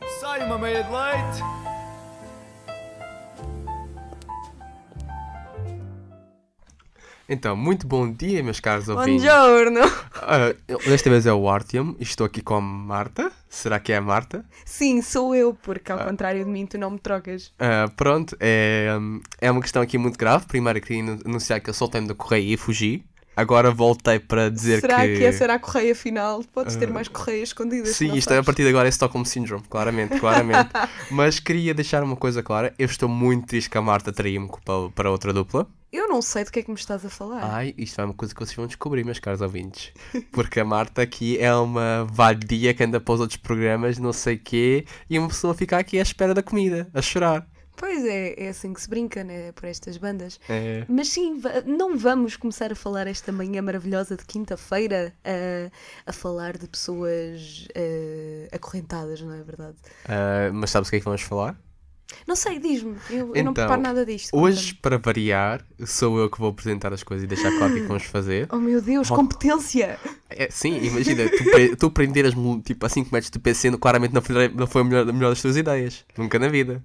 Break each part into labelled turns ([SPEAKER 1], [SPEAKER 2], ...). [SPEAKER 1] game. I made it late.
[SPEAKER 2] Então, muito bom dia, meus caros ouvintes.
[SPEAKER 3] Buongiorno!
[SPEAKER 2] Ah, desta vez é o Artyom e estou aqui com a Marta. Será que é a Marta?
[SPEAKER 3] Sim, sou eu, porque ao contrário de mim tu não me trocas.
[SPEAKER 2] Ah, pronto, é, hum, é uma questão aqui muito grave. Primeiro queria anu- anunciar que eu soltei-me da correia e fugi. Agora voltei para dizer
[SPEAKER 3] Será
[SPEAKER 2] que... Ah.
[SPEAKER 3] que... essa era a correia final? Podes ter mais correias escondidas.
[SPEAKER 2] Sim,
[SPEAKER 3] não
[SPEAKER 2] isto é a
[SPEAKER 3] sabes.
[SPEAKER 2] partir de agora é Stockholm Syndrome, claramente, claramente. Mas queria deixar uma coisa clara. Eu estou muito triste que a Marta traiu-me co- para, para outra dupla.
[SPEAKER 3] Eu não sei do que é que me estás a falar.
[SPEAKER 2] Ai, isto é uma coisa que vocês vão descobrir, meus caros ouvintes. Porque a Marta aqui é uma vadia que anda para os outros programas, não sei quê, e uma pessoa fica aqui à espera da comida, a chorar.
[SPEAKER 3] Pois é, é assim que se brinca, né? Por estas bandas.
[SPEAKER 2] É.
[SPEAKER 3] Mas sim, va- não vamos começar a falar esta manhã maravilhosa de quinta-feira a, a falar de pessoas ah, acorrentadas, não é verdade?
[SPEAKER 2] Ah, mas sabes o que é que vamos falar?
[SPEAKER 3] Não sei, diz-me. Eu, eu não
[SPEAKER 2] Então,
[SPEAKER 3] preparo nada disto.
[SPEAKER 2] Hoje, para variar, sou eu que vou apresentar as coisas e deixar claro o que é que vamos fazer.
[SPEAKER 3] Oh meu Deus,
[SPEAKER 2] Vol-
[SPEAKER 3] competência!
[SPEAKER 2] É, sim, imagina, tu, pre- tu prenderas tipo, a 5 metros do PC, no- claramente não foi, não foi a, melhor, a melhor das tuas ideias. Nunca na vida.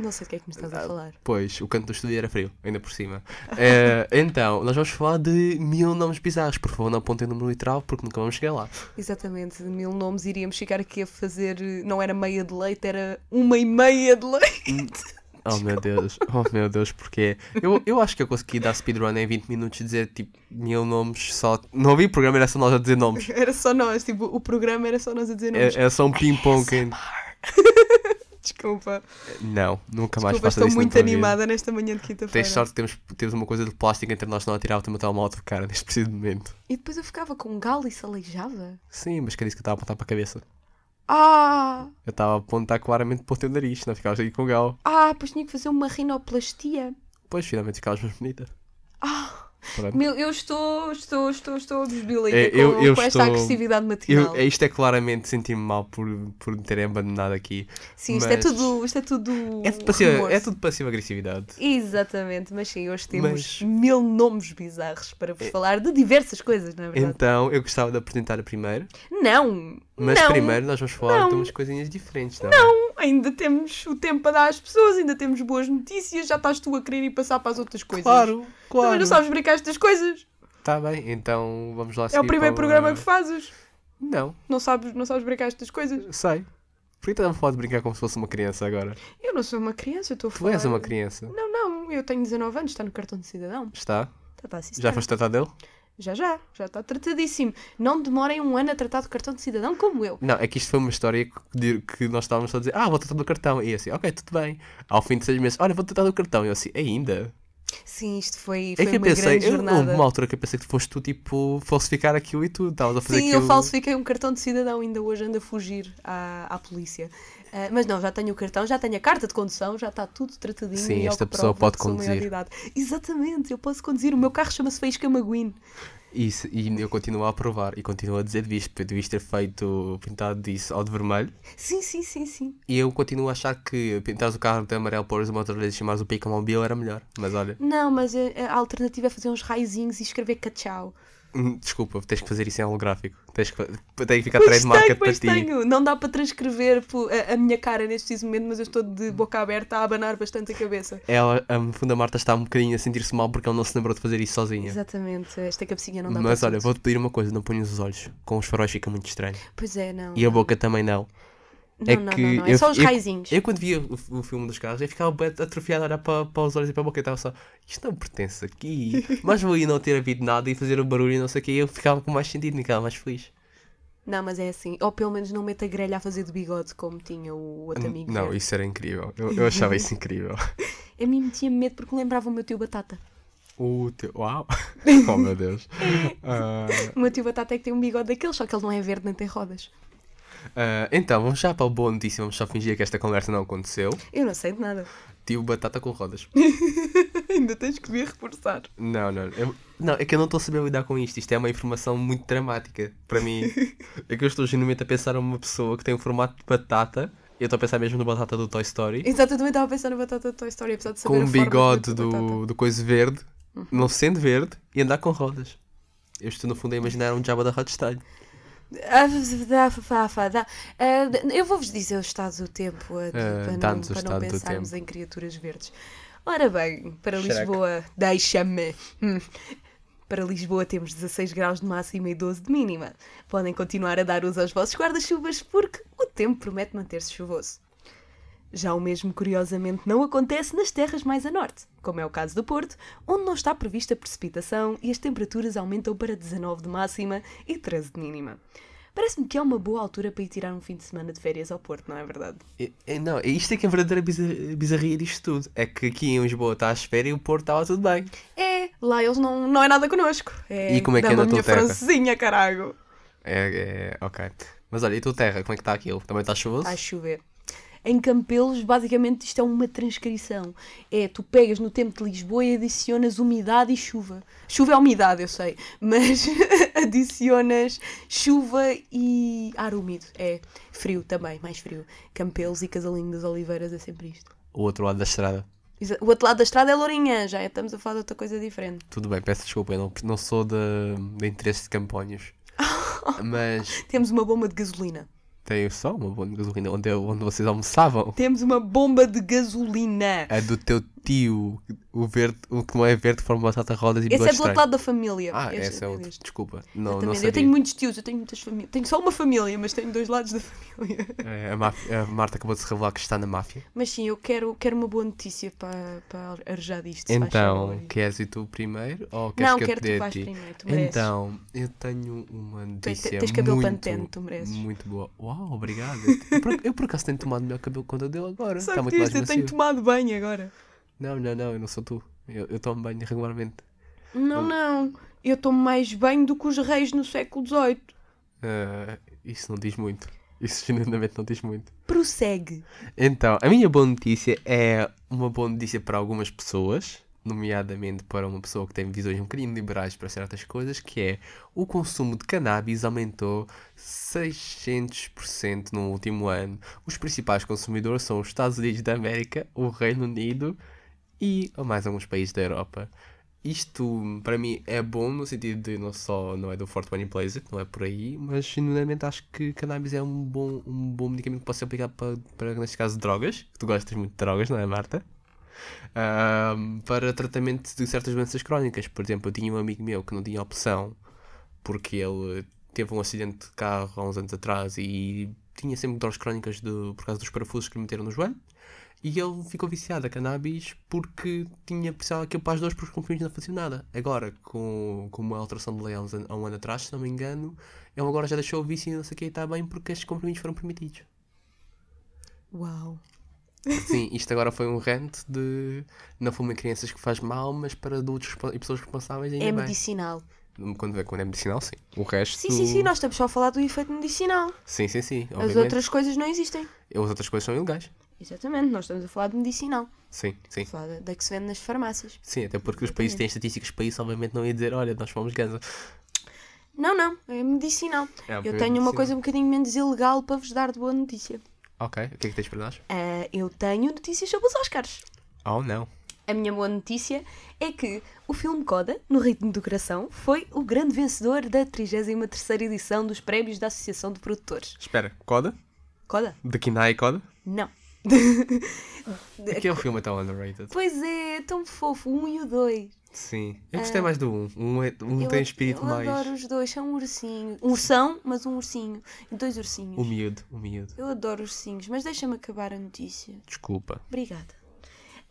[SPEAKER 3] Não sei do que é que me estás
[SPEAKER 2] Ah,
[SPEAKER 3] a falar.
[SPEAKER 2] Pois, o canto do estúdio era frio, ainda por cima. Eh, então, nós vamos falar de mil nomes bizarros. Por favor, não apontem o número literal, porque nunca vamos chegar lá.
[SPEAKER 3] Exatamente, de mil nomes iríamos chegar aqui a fazer, eh, não era meia de leite, era uma e meia de leite.
[SPEAKER 2] Oh meu Deus, oh meu Deus, porque eu, eu acho que eu consegui dar speedrun em 20 minutos e dizer tipo mil nomes só. Não vi programa, era só nós a dizer nomes.
[SPEAKER 3] Era só nós, tipo, o programa era só nós a dizer nomes.
[SPEAKER 2] É, é só um ping-pong. que-
[SPEAKER 3] Desculpa,
[SPEAKER 2] Não, nunca mais
[SPEAKER 3] desculpa,
[SPEAKER 2] faça
[SPEAKER 3] estou
[SPEAKER 2] isso.
[SPEAKER 3] muito animada nesta manhã de
[SPEAKER 2] Tens
[SPEAKER 3] quinta-feira.
[SPEAKER 2] sorte que temos, temos uma coisa de plástico entre nós, não atirava o meu telemóvel, cara, neste preciso momento.
[SPEAKER 3] E depois eu ficava com um galo e se aleijava.
[SPEAKER 2] Sim, mas que era isso que eu estava a apontar para a cabeça.
[SPEAKER 3] Ah,
[SPEAKER 2] Eu estava a apontar claramente para o teu nariz, não ficavas aqui com o gal.
[SPEAKER 3] ah, depois tinha que fazer uma rinoplastia.
[SPEAKER 2] Pois, finalmente ficavas mais bonita.
[SPEAKER 3] Ah,
[SPEAKER 2] Pronto.
[SPEAKER 3] meu, eu estou, estou, estou, estou desviolenta
[SPEAKER 2] É,
[SPEAKER 3] com,
[SPEAKER 2] eu- eu
[SPEAKER 3] com esta
[SPEAKER 2] estou-
[SPEAKER 3] agressividade
[SPEAKER 2] Eu,
[SPEAKER 3] matinal.
[SPEAKER 2] é, isto é claramente sentir-me mal por, por me terem abandonado aqui.
[SPEAKER 3] Sim, isto é
[SPEAKER 2] mas-
[SPEAKER 3] tudo, isto é tudo
[SPEAKER 2] É tudo passiva,
[SPEAKER 3] remorso.
[SPEAKER 2] é tudo passiva agressividade.
[SPEAKER 3] Exatamente, mas sim, hoje temos
[SPEAKER 2] Mas- É.
[SPEAKER 3] mil nomes bizarros para vos falar de diversas coisas, não é verdade?
[SPEAKER 2] Então, eu gostava de apresentar a primeiro,
[SPEAKER 3] Não!
[SPEAKER 2] mas
[SPEAKER 3] não,
[SPEAKER 2] primeiro nós vamos falar
[SPEAKER 3] Não.
[SPEAKER 2] de umas coisinhas diferentes, não, é? não.
[SPEAKER 3] Ainda temos o tempo para dar às pessoas, ainda temos boas notícias, já estás tu a querer ir passar para as outras coisas.
[SPEAKER 2] Claro,
[SPEAKER 3] Também
[SPEAKER 2] claro.
[SPEAKER 3] não sabes brincar estas coisas.
[SPEAKER 2] é. Tá bem, então vamos
[SPEAKER 3] É
[SPEAKER 2] lá
[SPEAKER 3] o
[SPEAKER 2] seguir
[SPEAKER 3] primeiro
[SPEAKER 2] para
[SPEAKER 3] programa que fazes.
[SPEAKER 2] Não,
[SPEAKER 3] Não sabes, não sabes brincar estas coisas.
[SPEAKER 2] sei. Por que estás a falar de brincar como se fosse uma criança agora?
[SPEAKER 3] Eu não sou uma criança, eu estou a
[SPEAKER 2] Tu
[SPEAKER 3] falar.
[SPEAKER 2] és uma criança.
[SPEAKER 3] Não, não, eu tenho 19 anos, está no cartão de cidadão.
[SPEAKER 2] Está?
[SPEAKER 3] Tá, tá, sim,
[SPEAKER 2] Já
[SPEAKER 3] senhora.
[SPEAKER 2] foste tratar dele?
[SPEAKER 3] já, já, já está tratadíssimo. Não demorem um ano a tratar do cartão de cidadão como eu.
[SPEAKER 2] Não, é que isto foi uma história que di- que nós estávamos só a dizer, ah, vou tratar do cartão. E eu assim, ok, tudo bem. Ao fim de seis meses, olha, vou tratar do cartão. E eu assim, ainda?
[SPEAKER 3] Sim, isto foi,
[SPEAKER 2] É
[SPEAKER 3] foi
[SPEAKER 2] que eu
[SPEAKER 3] uma
[SPEAKER 2] pensei,
[SPEAKER 3] grande
[SPEAKER 2] eu,
[SPEAKER 3] jornada.
[SPEAKER 2] houve uma altura que eu pensei que foste tu, tipo, falsificar aquilo e tudo. Estavas a fazer
[SPEAKER 3] Sim,
[SPEAKER 2] aquilo.
[SPEAKER 3] eu falsifiquei um cartão de cidadão, ainda hoje ando a fugir à, à polícia. Ah, mas não, já tenho o cartão, já tenho a carta de condução, já está tudo tratadinho.
[SPEAKER 2] Sim,
[SPEAKER 3] e ao
[SPEAKER 2] esta
[SPEAKER 3] que
[SPEAKER 2] pessoa
[SPEAKER 3] prova
[SPEAKER 2] pode
[SPEAKER 3] que sou maior de
[SPEAKER 2] conduzir.
[SPEAKER 3] idade. Exatamente, eu posso conduzir. O meu carro chama-se Faísca Maguin.
[SPEAKER 2] E, se- e eu continuo a aprovar e continuo a dizer disto, porque eu devias ter feito pintado disso ao de vermelho.
[SPEAKER 3] Sim, sim, sim, sim.
[SPEAKER 2] E eu continuo a achar que pintares o carro de amarelo, pôres uma outra vez e chamares o pica mobile era melhor. Mas olha,
[SPEAKER 3] Não, mas a, a alternativa é fazer uns raizinhos e escrever cachau.
[SPEAKER 2] hum, desculpa, tens que fazer isso em holográfico. Tens que, fa- tem que ficar
[SPEAKER 3] Pois
[SPEAKER 2] trademarked
[SPEAKER 3] tenho,
[SPEAKER 2] para
[SPEAKER 3] pois
[SPEAKER 2] ti.
[SPEAKER 3] tenho. Não dá para transcrever pô, a, a minha cara neste preciso momento, mas eu estou de boca aberta a abanar bastante a cabeça.
[SPEAKER 2] Ela, a no fundo, a Marta está um bocadinho a sentir-se mal porque ela não se lembrou de fazer isso sozinha.
[SPEAKER 3] Exatamente, esta cabecinha não dá
[SPEAKER 2] Mas
[SPEAKER 3] para
[SPEAKER 2] olha,
[SPEAKER 3] tudo.
[SPEAKER 2] vou-te pedir uma coisa: não ponhas os olhos. Com os faróis fica muito estranho.
[SPEAKER 3] Pois é, não.
[SPEAKER 2] E a boca também não.
[SPEAKER 3] Não, não, não, não. É só os raizinhos.
[SPEAKER 2] Eu, quando via o, o filme dos carros, eu ficava bué atrofiado a olhar para, para os olhos e para a boca. Eu estava só, isto não pertence aqui. Mas vou aí não ter havido nada e fazer o barulho e não sei o que. Eu ficava com mais sentido, nem ficava mais feliz.
[SPEAKER 3] Não, mas é assim. Ou pelo menos não mete a grelha a fazer de bigode como tinha o outro amigo.
[SPEAKER 2] não,
[SPEAKER 3] dele.
[SPEAKER 2] isso era incrível. Eu, eu achava isso incrível.
[SPEAKER 3] A mim metia medo porque lembrava o meu tio Batata.
[SPEAKER 2] O teu. Uau! Oh meu Deus. Ah,
[SPEAKER 3] O meu tio Batata é que tem um bigode daquele, só que ele não é verde nem tem rodas.
[SPEAKER 2] ah, então, vamos já para a boa notícia. Vamos só fingir que esta conversa não aconteceu.
[SPEAKER 3] Eu não sei de nada.
[SPEAKER 2] Tio Batata com rodas.
[SPEAKER 3] Ainda tens que vir reforçar.
[SPEAKER 2] Não, não. eu- não, é que eu não estou a saber lidar com isto. Isto é uma informação muito dramática para mim. é que eu estou genuinamente a pensar numa pessoa que tem um formato de batata. Eu estou a pensar mesmo na batata do Toy Story.
[SPEAKER 3] Exato, eu também estava a pensar na batata da Toy Story, apesar de saber
[SPEAKER 2] Com
[SPEAKER 3] a
[SPEAKER 2] um
[SPEAKER 3] forma
[SPEAKER 2] bigode
[SPEAKER 3] da batata. Uhum.
[SPEAKER 2] do, do coisa verde, não sendo verde, e andar com rodas. Eu estou no fundo a imaginar um Jabba da Hutt style.
[SPEAKER 3] Ah, Eu vou-vos dizer o estado do tempo ah,
[SPEAKER 2] Ah,
[SPEAKER 3] para, não,
[SPEAKER 2] dá-nos o
[SPEAKER 3] para não
[SPEAKER 2] estado do
[SPEAKER 3] pensarmos em criaturas verdes. Ora bem, para
[SPEAKER 2] Shrek.
[SPEAKER 3] Lisboa, deixa-me. Hum. Para Lisboa temos 16 graus de máxima e 12 de mínima. Podem continuar a dar uso aos vossos guarda-chuvas porque o tempo promete manter-se chuvoso. Já o mesmo, curiosamente, não acontece nas terras mais a norte, como é o caso do Porto, onde não está prevista precipitação e as temperaturas aumentam para 19 de máxima e 13 de mínima. Parece-me que é uma boa altura para ir tirar um fim de semana de férias ao Porto, não é verdade?
[SPEAKER 2] E- e Não, e isto é que é a verdadeira bizar- bizarria disto tudo. É que aqui em Lisboa está à espera e o Porto estava tudo bem.
[SPEAKER 3] É, lá eles não, não é nada connosco. É,
[SPEAKER 2] E como é que
[SPEAKER 3] dama
[SPEAKER 2] anda a tua
[SPEAKER 3] minha
[SPEAKER 2] terra?
[SPEAKER 3] francesinha, caralho.
[SPEAKER 2] É, é, ok. Mas olha, e a tua terra, como é que está aquilo? Também está chuvoso?
[SPEAKER 3] Está a chover. Em Campelos, basicamente, isto é uma transcrição. É, tu pegas no tempo de Lisboa e adicionas umidade e chuva. Chuva é umidade, eu sei, mas adicionas chuva e ar úmido. É frio também, mais frio. Campelos e Casalinho das Oliveiras é sempre isto.
[SPEAKER 2] O outro lado da estrada.
[SPEAKER 3] Exa- O outro lado da estrada é Lourinhã, já estamos a falar de outra coisa diferente.
[SPEAKER 2] Tudo bem, peço desculpa, eu não, não sou de, de interesse de campanhas. Mas
[SPEAKER 3] Temos uma bomba de gasolina.
[SPEAKER 2] tenho só uma boa de gasolina onde, eu- onde vocês almoçavam.
[SPEAKER 3] Temos uma bomba de gasolina.
[SPEAKER 2] A do teu tio, o verde, o que não é verde, forma batata rodas e
[SPEAKER 3] Esse é
[SPEAKER 2] bigode
[SPEAKER 3] do outro
[SPEAKER 2] estranho.
[SPEAKER 3] lado da família.
[SPEAKER 2] Ah,
[SPEAKER 3] Este-
[SPEAKER 2] esse é outro,
[SPEAKER 3] este.
[SPEAKER 2] desculpa. Não, não
[SPEAKER 3] Exatamente.
[SPEAKER 2] sabia.
[SPEAKER 3] eu tenho muitos tios, eu tenho muitas famílias. Tenho só uma família, mas tenho dois lados da família.
[SPEAKER 2] É, a, máfia- a Marta acabou de se revelar que está na máfia.
[SPEAKER 3] Mas sim, eu quero, quero uma boa notícia para, para arranjar disto. se faz
[SPEAKER 2] Então,
[SPEAKER 3] favor.
[SPEAKER 2] queres ir tu primeiro ou queres
[SPEAKER 3] Não,
[SPEAKER 2] que eu
[SPEAKER 3] quero que
[SPEAKER 2] te
[SPEAKER 3] tu
[SPEAKER 2] dê a
[SPEAKER 3] vais
[SPEAKER 2] ti?
[SPEAKER 3] primeiro, tu mereces.
[SPEAKER 2] Então, eu tenho uma notícia
[SPEAKER 3] tens cabelo
[SPEAKER 2] muito,
[SPEAKER 3] Pantene, tu mereces.
[SPEAKER 2] muito boa. Uau, obrigado. Eu por, eu por acaso tenho tomado melhor cabelo quando eu dele agora.
[SPEAKER 3] Só
[SPEAKER 2] Está
[SPEAKER 3] que
[SPEAKER 2] muito mais
[SPEAKER 3] diz, eu tenho
[SPEAKER 2] macio.
[SPEAKER 3] tomado banho agora.
[SPEAKER 2] Não, não, não, eu não sou tu. Eu, eu tomo banho regularmente.
[SPEAKER 3] Não, não. Eu tomo mais banho do que os reis no século XVIII.
[SPEAKER 2] Ah, isso não diz muito. Isso genuinamente não diz muito.
[SPEAKER 3] Prossegue.
[SPEAKER 2] Então, a minha boa notícia é uma boa notícia para algumas pessoas, nomeadamente para uma pessoa que tem visões um bocadinho liberais para certas coisas, que é o consumo de cannabis aumentou 600% no último ano. Os principais consumidores são os Estados Unidos da América, o Reino Unido e mais alguns países da Europa. Isto, para mim, é bom no sentido de não só não é do Fort Wayne Place It, não é por aí, mas genuinamente acho que cannabis é um bom, um bom medicamento que pode ser aplicado para, para, neste caso, drogas. que Tu gostas muito de drogas, não é, Marta? Ahm, para tratamento de certas doenças crónicas. Por exemplo, eu tinha um amigo meu que não tinha opção porque ele teve um acidente de carro há uns anos atrás e tinha sempre dores crónicas do- por causa dos parafusos que lhe meteram no joelho. E ele ficou viciado a cannabis porque tinha precisava aquilo para as dores porque os comprimidos não faziam nada. Agora, com, com uma alteração de lei há, uns an- há um ano atrás, se não me engano, ele agora já deixou o vício e não sei o que e está bem porque estes comprimidos foram permitidos.
[SPEAKER 3] Uau.
[SPEAKER 2] Sim, isto agora foi um rant de não fumem crianças que faz mal, mas para adultos respo- e pessoas responsáveis ainda
[SPEAKER 3] É
[SPEAKER 2] bem.
[SPEAKER 3] medicinal.
[SPEAKER 2] Quando, vê- quando é medicinal, sim. O resto...
[SPEAKER 3] Sim, sim, sim, nós estamos só a falar do efeito medicinal.
[SPEAKER 2] Sim, sim, sim,
[SPEAKER 3] As
[SPEAKER 2] obviamente.
[SPEAKER 3] outras coisas não existem.
[SPEAKER 2] As outras coisas são ilegais.
[SPEAKER 3] Exatamente, nós estamos a falar de medicinal.
[SPEAKER 2] Sim, sim.
[SPEAKER 3] Estamos a falar da- da que se vende nas farmácias.
[SPEAKER 2] Sim, até porque os países têm estatísticas para isso, obviamente não ia dizer, olha, nós fomos ganza.
[SPEAKER 3] Não, não, é medicinal.
[SPEAKER 2] É,
[SPEAKER 3] eu
[SPEAKER 2] é
[SPEAKER 3] tenho uma
[SPEAKER 2] medicinal.
[SPEAKER 3] coisa um bocadinho menos ilegal para vos dar de boa notícia.
[SPEAKER 2] Ok, o que é que tens para nós?
[SPEAKER 3] Ah, eu tenho notícias sobre os Oscars.
[SPEAKER 2] Oh, não.
[SPEAKER 3] A minha boa notícia é que o filme Coda, No Ritmo do Coração, foi o grande vencedor da 33ª edição dos prémios da Associação de Produtores.
[SPEAKER 2] Espera, Coda?
[SPEAKER 3] Coda?
[SPEAKER 2] De Kinai Coda?
[SPEAKER 3] Não.
[SPEAKER 2] Aquele filme é tão underrated.
[SPEAKER 3] Pois é, tão fofo, um e o dois.
[SPEAKER 2] Sim. Eu gostei mais do um. Um, é- um
[SPEAKER 3] Ah, Eu
[SPEAKER 2] tem
[SPEAKER 3] ad-
[SPEAKER 2] espírito
[SPEAKER 3] eu
[SPEAKER 2] mais
[SPEAKER 3] adoro os dois, são um ursinho. Um ursão, mas um ursinho. E dois ursinhos.
[SPEAKER 2] humilde, humilde.
[SPEAKER 3] Eu adoro ursinhos, mas deixa-me acabar a notícia.
[SPEAKER 2] Desculpa.
[SPEAKER 3] Obrigada.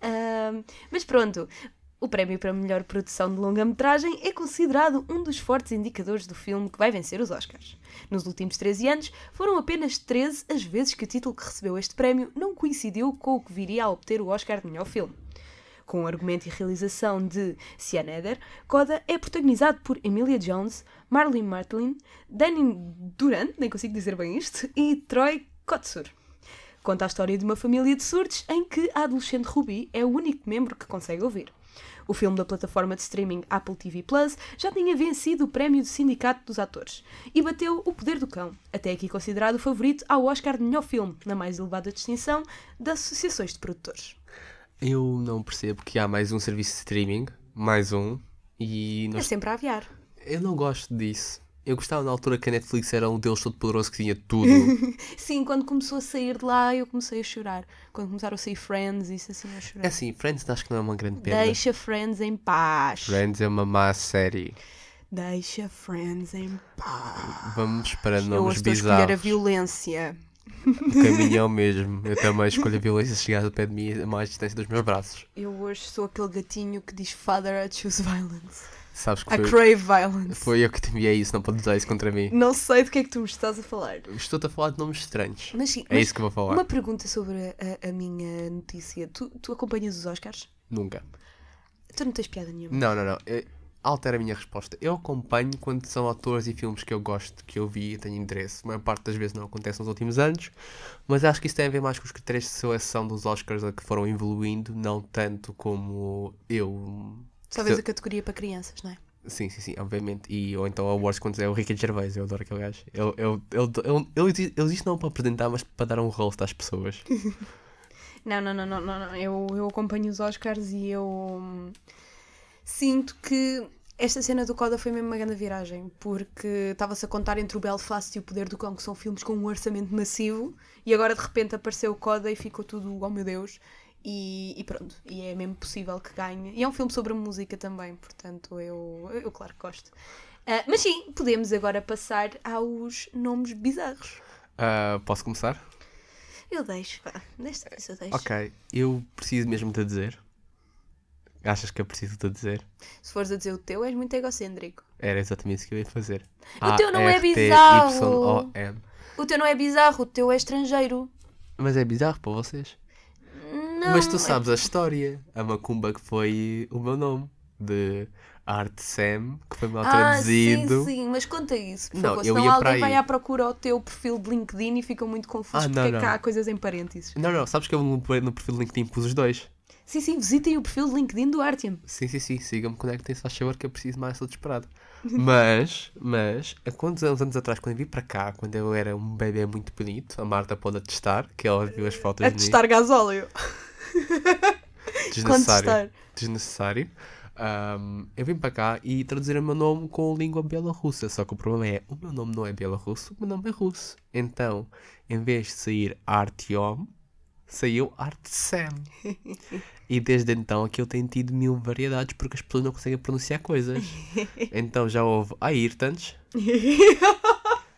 [SPEAKER 3] Ahm, mas pronto, o prémio para melhor produção de longa-metragem é considerado um dos fortes indicadores do filme que vai vencer os Oscars. Nos últimos 13 anos, foram apenas 13 as vezes que o título que recebeu este prémio não coincidiu com o que viria a obter o Oscar de melhor filme. Com o argumento e realização de Sian Eder, Coda é protagonizado por Emilia Jones, Marlene Martlin, Danny Duran, nem consigo dizer bem isto, e Troy Kotsur. Conta a história de uma família de surdos em que a adolescente Ruby é o único membro que consegue ouvir. O filme da plataforma de streaming Apple TV Plus já tinha vencido o prémio do Sindicato dos Atores e bateu O Poder do Cão, até aqui considerado o favorito ao Oscar de melhor filme, na mais elevada distinção das associações de produtores.
[SPEAKER 2] Eu não percebo que há mais um serviço de streaming. Mais um. E
[SPEAKER 3] É
[SPEAKER 2] nós...
[SPEAKER 3] sempre a aviar.
[SPEAKER 2] eu não gosto disso. Eu gostava na altura que a Netflix era um deus todo poderoso que tinha tudo.
[SPEAKER 3] Sim, quando começou a sair de lá, eu comecei a chorar. Quando começaram a sair Friends, isso assim, eu chorei.
[SPEAKER 2] É assim, Friends acho que não é uma grande perda.
[SPEAKER 3] Deixa Friends em paz.
[SPEAKER 2] Friends é uma má série.
[SPEAKER 3] Deixa Friends em paz.
[SPEAKER 2] Vamos para
[SPEAKER 3] eu
[SPEAKER 2] nomes
[SPEAKER 3] hoje estou a escolher a
[SPEAKER 2] bizarros.
[SPEAKER 3] violência.
[SPEAKER 2] O caminhão mesmo. Eu também escolho a violência chegar ao pé de mim a mais distância dos meus braços.
[SPEAKER 3] Eu hoje sou aquele gatinho que diz Father, I choose violence.
[SPEAKER 2] Sabes que
[SPEAKER 3] I
[SPEAKER 2] foi,
[SPEAKER 3] crave violence.
[SPEAKER 2] foi eu que te enviei isso, não podes usar isso contra mim.
[SPEAKER 3] Não sei do que é que tu estás a falar.
[SPEAKER 2] Estou-te a falar de nomes estranhos.
[SPEAKER 3] Mas sim,
[SPEAKER 2] É
[SPEAKER 3] mas
[SPEAKER 2] isso que eu vou falar.
[SPEAKER 3] uma pergunta sobre a, a- a minha notícia. Tu, tu acompanhas os Oscars?
[SPEAKER 2] Nunca.
[SPEAKER 3] Tu não tens piada nenhuma.
[SPEAKER 2] Não, não, não. Eu- altera a minha resposta. Eu acompanho quando são autores e filmes que eu gosto, que eu vi e tenho interesse. A maior parte das vezes não acontece nos últimos anos, mas acho que isso tem a ver mais com os critérios de seleção dos Oscars a que foram evoluindo, não tanto como eu.
[SPEAKER 3] Talvez
[SPEAKER 2] se-
[SPEAKER 3] a categoria para crianças, não é?
[SPEAKER 2] Sim, sim, sim, obviamente. E, ou então a Awards quando é o Ricky Gervais, eu adoro aquele gajo. Ele, ele, ele, ele, ele, existe- ele existe não para apresentar, mas para dar um rosto às pessoas.
[SPEAKER 3] Não, não, não, não, não, não. Eu, eu acompanho os Oscars e eu hum, sinto que esta cena do Coda foi mesmo uma grande viragem, porque estava-se a contar entre o Belfast e o Poder do Cão, que são filmes com um orçamento massivo, e agora de repente apareceu o Coda e ficou tudo, oh meu Deus, e, e pronto, e é mesmo possível que ganhe. E é um filme sobre música também, portanto eu, eu claro que gosto. Ah, mas sim, podemos agora passar aos nomes bizarros.
[SPEAKER 2] Ah, posso começar?
[SPEAKER 3] Eu deixo, vá, desta vez eu deixo.
[SPEAKER 2] Ok, eu preciso mesmo de dizer. Achas que eu preciso de dizer?
[SPEAKER 3] Se fores a dizer o teu, és muito egocêntrico.
[SPEAKER 2] Era exatamente isso que eu ia fazer.
[SPEAKER 3] O teu não é
[SPEAKER 2] A-R-T-Y-O-N.
[SPEAKER 3] O teu não é bizarro, o teu é estrangeiro.
[SPEAKER 2] Mas é bizarro para vocês.
[SPEAKER 3] Não. é
[SPEAKER 2] Mas tu sabes a história. A macumba que foi o meu nome. De Art Sam, que foi mal
[SPEAKER 3] Ah, sim,
[SPEAKER 2] traduzido.
[SPEAKER 3] sim, mas conta isso, por
[SPEAKER 2] Não,
[SPEAKER 3] favor.
[SPEAKER 2] eu
[SPEAKER 3] Senão
[SPEAKER 2] ia para
[SPEAKER 3] alguém
[SPEAKER 2] aí.
[SPEAKER 3] vai à procura ao teu perfil de LinkedIn e ficam muito confusos
[SPEAKER 2] Ah, não,
[SPEAKER 3] porque é
[SPEAKER 2] não.
[SPEAKER 3] que há coisas em parênteses.
[SPEAKER 2] Não, não, sabes que eu no no perfil do LinkedIn pus os dois.
[SPEAKER 3] Sim, sim, visitem o perfil de LinkedIn do Artyom.
[SPEAKER 2] Sim, sim, sim, sigam-me, conectem-se, faz favor que eu preciso mais, estou desesperado. Mas, mas, há quantos anos, anos atrás, quando eu vim para cá, quando eu era um bebê muito bonito, a Marta pode atestar, que ela viu as fotos
[SPEAKER 3] A
[SPEAKER 2] de mim.
[SPEAKER 3] testar gasóleo.
[SPEAKER 2] Desnecessário.
[SPEAKER 3] Contestar.
[SPEAKER 2] Desnecessário. Ahm, eu vim para cá e traduziram o meu nome com língua bielorrussa. Só que o problema é, o meu nome não é bielorrusso, o meu nome é russo. Então, em vez de sair Artyom, saiu Artsem. e desde então aquilo tem tido mil variedades porque as pessoas não conseguem pronunciar coisas. Então já houve Ayrtans,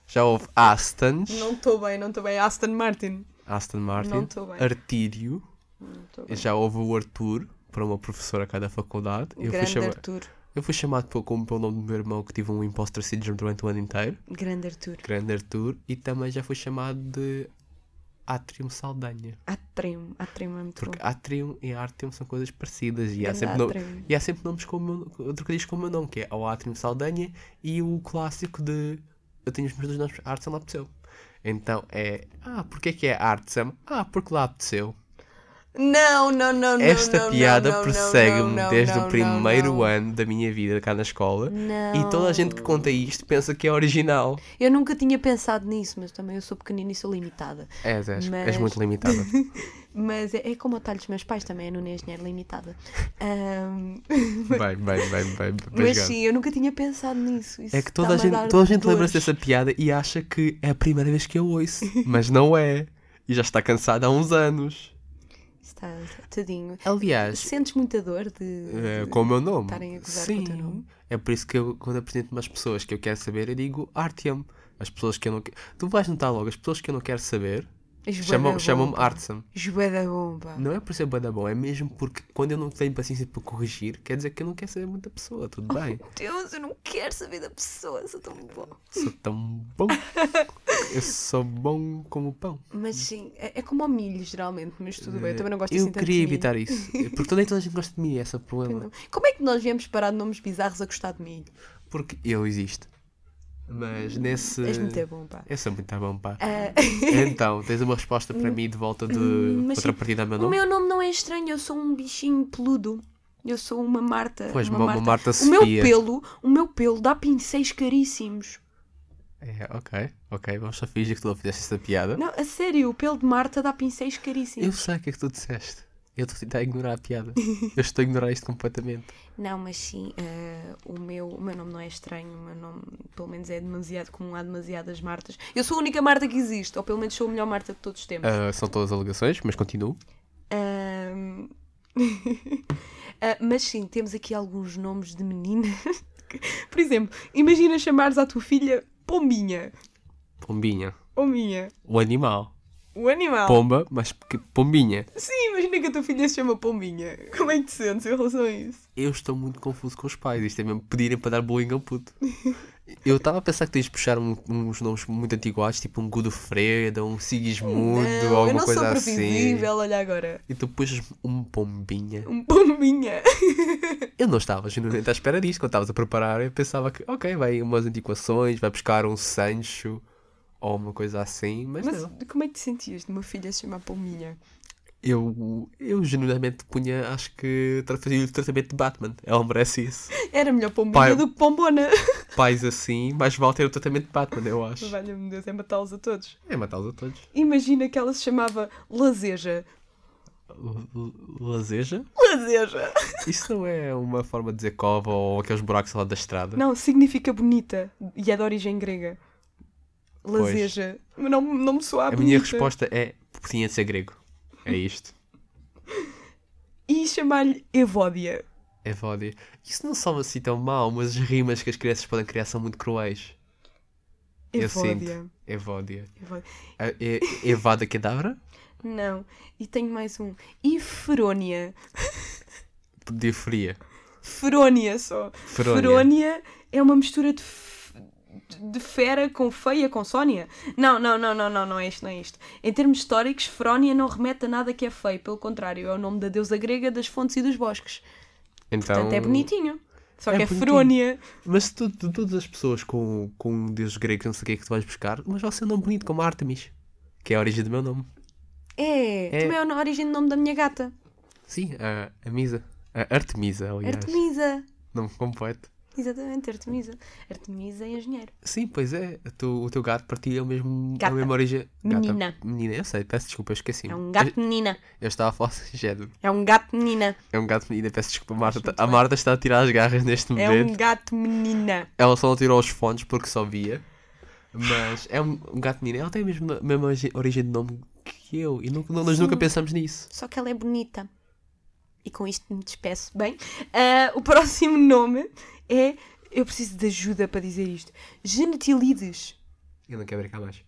[SPEAKER 2] já houve Astans,
[SPEAKER 3] não estou bem, não estou bem. Aston Martin.
[SPEAKER 2] Aston Martin,
[SPEAKER 3] Não tô bem.
[SPEAKER 2] Artírio.
[SPEAKER 3] Não estou bem.
[SPEAKER 2] Já houve o Arthur, para uma professora cá da faculdade. Eu fui,
[SPEAKER 3] Grande
[SPEAKER 2] chama...
[SPEAKER 3] Arthur.
[SPEAKER 2] eu fui chamado pelo, como pelo nome do meu irmão, que tive um imposter syndrome durante o ano inteiro.
[SPEAKER 3] Grande Arthur.
[SPEAKER 2] Grande Arthur. E também já fui chamado de Atrium Saldanha.
[SPEAKER 3] Atremo. Atremo é muito
[SPEAKER 2] Porque
[SPEAKER 3] bom.
[SPEAKER 2] Atrium e Artium são coisas parecidas. E há,
[SPEAKER 3] Grande
[SPEAKER 2] sempre no-
[SPEAKER 3] Atrium.
[SPEAKER 2] e há sempre nomes como trocadilhos com o meu nome, que é o Atrium Saldanha e o clássico de eu tenho os meus dois nomes, Artsam Lapseu. Então é, ah, porque é que é Artsam? Ah, porque lá apeteceu.
[SPEAKER 3] Não, não, não, não.
[SPEAKER 2] Esta
[SPEAKER 3] não, não,
[SPEAKER 2] piada
[SPEAKER 3] não, não,
[SPEAKER 2] persegue-me
[SPEAKER 3] não,
[SPEAKER 2] desde
[SPEAKER 3] não,
[SPEAKER 2] o
[SPEAKER 3] não,
[SPEAKER 2] primeiro
[SPEAKER 3] não.
[SPEAKER 2] ano da minha vida cá na escola.
[SPEAKER 3] Não.
[SPEAKER 2] E toda a gente que conta isto pensa que é original.
[SPEAKER 3] Eu nunca tinha pensado nisso, mas também eu sou pequenina e sou limitada.
[SPEAKER 2] És, és, és
[SPEAKER 3] Mas-
[SPEAKER 2] muito limitada.
[SPEAKER 3] Mas é, é como o talho dos meus pais também, a Nuna Engenheiro limitada. Ahm,
[SPEAKER 2] bem, bem, bem, bem. bem
[SPEAKER 3] mas
[SPEAKER 2] jogado.
[SPEAKER 3] sim, eu nunca tinha pensado nisso. Isso
[SPEAKER 2] é que toda a
[SPEAKER 3] está-me
[SPEAKER 2] gente,
[SPEAKER 3] dar
[SPEAKER 2] toda a gente lembra-se
[SPEAKER 3] dores.
[SPEAKER 2] dessa piada e acha que é a primeira vez que eu ouço. Mas não é. E já está cansada há uns anos.
[SPEAKER 3] Está, tadinho.
[SPEAKER 2] Aliás,
[SPEAKER 3] Sentes muita dor de.
[SPEAKER 2] eh,
[SPEAKER 3] de-
[SPEAKER 2] com o meu nome.
[SPEAKER 3] estarem a gozar com
[SPEAKER 2] sim.
[SPEAKER 3] o teu nome.
[SPEAKER 2] É por isso que eu, quando apresento umas pessoas que eu quero saber, eu digo Artyom. As pessoas que eu não quero. Tu vais notar logo, as pessoas que eu não quero saber chamam-
[SPEAKER 3] Esbada-bomba.
[SPEAKER 2] chamam-me Artsam.
[SPEAKER 3] Esbada-bomba.
[SPEAKER 2] Não é por ser banda bom, é mesmo porque quando eu não tenho paciência para corrigir, quer dizer que eu não quero saber muita pessoa, tudo bem?
[SPEAKER 3] Meu Deus, eu não quero saber da pessoa, sou tão bom.
[SPEAKER 2] Sou tão bom. Eu sou bom como pão.
[SPEAKER 3] Mas sim, é, é como ao milho, geralmente, mas tudo bem, eu também não gosto
[SPEAKER 2] Eu
[SPEAKER 3] assim tanto
[SPEAKER 2] queria
[SPEAKER 3] de milho.
[SPEAKER 2] evitar isso. Porque toda toda a gente gosta de mim, esse é o problema.
[SPEAKER 3] Como é que nós viemos parar de nomes bizarros a gostar de milho?
[SPEAKER 2] Porque eu existo. Mas nesse.
[SPEAKER 3] Hum, És muito bom, pá.
[SPEAKER 2] Eu sou muito bom, pá.
[SPEAKER 3] Ah, Hum.
[SPEAKER 2] Então, tens uma resposta para mim de volta de
[SPEAKER 3] mas sim,
[SPEAKER 2] contrapartida ao meu
[SPEAKER 3] O
[SPEAKER 2] nome?
[SPEAKER 3] meu nome não é estranho, eu sou um bichinho peludo. Eu sou uma Marta.
[SPEAKER 2] Pois,
[SPEAKER 3] uma
[SPEAKER 2] uma- uma
[SPEAKER 3] Marta.
[SPEAKER 2] Marta
[SPEAKER 3] o meu
[SPEAKER 2] Sofia.
[SPEAKER 3] pelo, o meu pelo dá pincéis caríssimos.
[SPEAKER 2] É, ok, ok. Vamos só fingir que tu não fizeste essa piada.
[SPEAKER 3] Não, a sério, o pelo de Marta dá pincéis caríssimos.
[SPEAKER 2] Eu sei o que é que tu disseste. Eu estou a tentar ignorar a piada. Eu estou a ignorar isto completamente.
[SPEAKER 3] Não, mas sim, eh, o, meu, o meu nome não é estranho, o meu nome, pelo menos, é demasiado comum, há demasiadas Martas. Eu sou a única Marta que existe, ou pelo menos sou a melhor Marta de todos os tempos.
[SPEAKER 2] Ah, são todas alegações, mas continuo.
[SPEAKER 3] Ahm, ah, mas sim, temos aqui alguns nomes de meninas. Por exemplo, imagina chamares à tua filha Pombinha.
[SPEAKER 2] Pombinha.
[SPEAKER 3] Pombinha.
[SPEAKER 2] O animal.
[SPEAKER 3] O animal.
[SPEAKER 2] Pomba, mas que pombinha.
[SPEAKER 3] Sim, imagina que a tua filha se chama Pombinha. Como é que te sentes em relação a isso?
[SPEAKER 2] Eu estou muito confuso com os pais. Isto é mesmo pedirem para dar bullying ao puto. Eu estava a pensar que tens de puxar um- uns nomes muito antiguados, tipo um Godofreda, um Sigismundo,
[SPEAKER 3] não, eu
[SPEAKER 2] alguma
[SPEAKER 3] não
[SPEAKER 2] coisa
[SPEAKER 3] sou
[SPEAKER 2] assim.
[SPEAKER 3] previsível, olha agora.
[SPEAKER 2] E tu puxas um pombinha.
[SPEAKER 3] Um Pombinha.
[SPEAKER 2] Eu não estava genuinamente à espera disto. Quando estavas a preparar, eu pensava que, ok, vai umas antiquações, vai buscar um Sancho ou uma coisa assim, mas,
[SPEAKER 3] Mas
[SPEAKER 2] não.
[SPEAKER 3] como é que te sentias de uma filha se chamar Pombinha?
[SPEAKER 2] Eu, eu genuinamente punha, acho que tra- fazia o tratamento de Batman. Ela merece isso.
[SPEAKER 3] Era melhor Pombinha
[SPEAKER 2] Pai-
[SPEAKER 3] do que Pombona.
[SPEAKER 2] Pais assim, mais vale ter o tratamento de Batman, eu acho.
[SPEAKER 3] Valha-me Deus, é matá-los a todos.
[SPEAKER 2] É matá-los a todos.
[SPEAKER 3] Imagina que ela se chamava Lazeja.
[SPEAKER 2] L- l- Lazeja?
[SPEAKER 3] Lazeja!
[SPEAKER 2] Isso não é uma forma de dizer cova ou aqueles buracos lá da estrada?
[SPEAKER 3] Não, significa bonita e é de origem grega.
[SPEAKER 2] Pois.
[SPEAKER 3] Lazeja. Mas não, não me soa
[SPEAKER 2] a minha resposta é, tinha de ser grego. É isto.
[SPEAKER 3] E chamar-lhe Evódia.
[SPEAKER 2] É foda. Isso não soa assim tão mal, mas as rimas que as crianças podem criar são muito cruéis. Eu
[SPEAKER 3] Evódia.
[SPEAKER 2] Evódia.
[SPEAKER 3] Evódia.
[SPEAKER 2] A- e- Evada Kedavra?
[SPEAKER 3] Não. E tenho mais um. E Ferónia.
[SPEAKER 2] De fria.
[SPEAKER 3] Ferónia só.
[SPEAKER 2] Ferónia.
[SPEAKER 3] é uma mistura de, f- de fera com feia com Sónia. Não, não, não, não, não, não é isto, não é isto. Em termos históricos, Ferónia não remete a nada que é feio. Pelo contrário, é o nome da deusa grega das fontes e dos bosques.
[SPEAKER 2] Então,
[SPEAKER 3] Portanto, é bonitinho. Só
[SPEAKER 2] É
[SPEAKER 3] que é
[SPEAKER 2] bonitinho.
[SPEAKER 3] Ferónia.
[SPEAKER 2] Mas tu, de todas as pessoas com, com um deus grego, não sei o que é que tu vais buscar, mas vai ser um nome bonito como Artemis, que é a origem do meu nome.
[SPEAKER 3] É,
[SPEAKER 2] É.
[SPEAKER 3] também é a origem do nome da minha gata.
[SPEAKER 2] Sim, a, a Misa. A Artemisa, aliás.
[SPEAKER 3] Artemisa.
[SPEAKER 2] Nome completo.
[SPEAKER 3] Exatamente, Artemisa. Artemisa é engenheiro.
[SPEAKER 2] Sim, pois é. Tu- o teu gato partilha o mesmo, a
[SPEAKER 3] Gata.
[SPEAKER 2] mesma origem.
[SPEAKER 3] Menina.
[SPEAKER 2] Menina, eu sei. Peço desculpa, eu esqueci.
[SPEAKER 3] É um gato menina.
[SPEAKER 2] Eu estava a falar sem género.
[SPEAKER 3] É um gato menina.
[SPEAKER 2] É um gato menina, peço desculpa, Marta.
[SPEAKER 3] muito
[SPEAKER 2] A
[SPEAKER 3] bem.
[SPEAKER 2] Marta está a tirar as garras neste
[SPEAKER 3] É
[SPEAKER 2] momento.
[SPEAKER 3] um gato menina.
[SPEAKER 2] Ela só não tirou os fones porque só via. Mas é um, um gato menino. Ela tem a mesma, a mesma origi- origem de nome que eu. E nunca- nós nunca pensamos nisso.
[SPEAKER 3] Só que ela é bonita. E com isto me despeço bem. Ah, o próximo nome é. Eu preciso de ajuda para dizer isto. Genitilides.
[SPEAKER 2] Eu não quero brincar mais.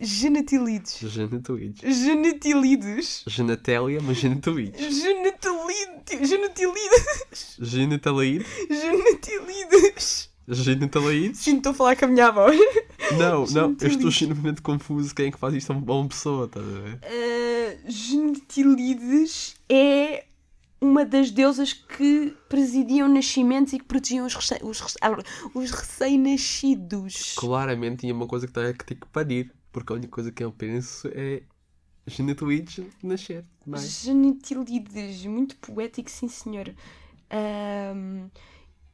[SPEAKER 3] Genitilides.
[SPEAKER 2] Genatoides.
[SPEAKER 3] Genitilides.
[SPEAKER 2] Genatélia, mas genatoides.
[SPEAKER 3] Genitilides. Genitilides.
[SPEAKER 2] Genitalaide.
[SPEAKER 3] Genitilides.
[SPEAKER 2] Genitalaide.
[SPEAKER 3] Sinto estou a falar com a minha voz.
[SPEAKER 2] Não, não. Eu estou
[SPEAKER 3] Genitalaide.
[SPEAKER 2] genuinamente confuso. Quem é que faz isto a uma a uma pessoa, estás a ver?
[SPEAKER 3] Ah, Genitilides é uma das deusas que presidiam nascimentos e que protegiam os, recém- os, rece- ah, os recém-nascidos.
[SPEAKER 2] Claramente tinha uma coisa que tem que, tem que parir. Porque a única coisa que eu penso é genatoides nascer. Mas...
[SPEAKER 3] Genitilides, muito poético, sim senhor. Ahm,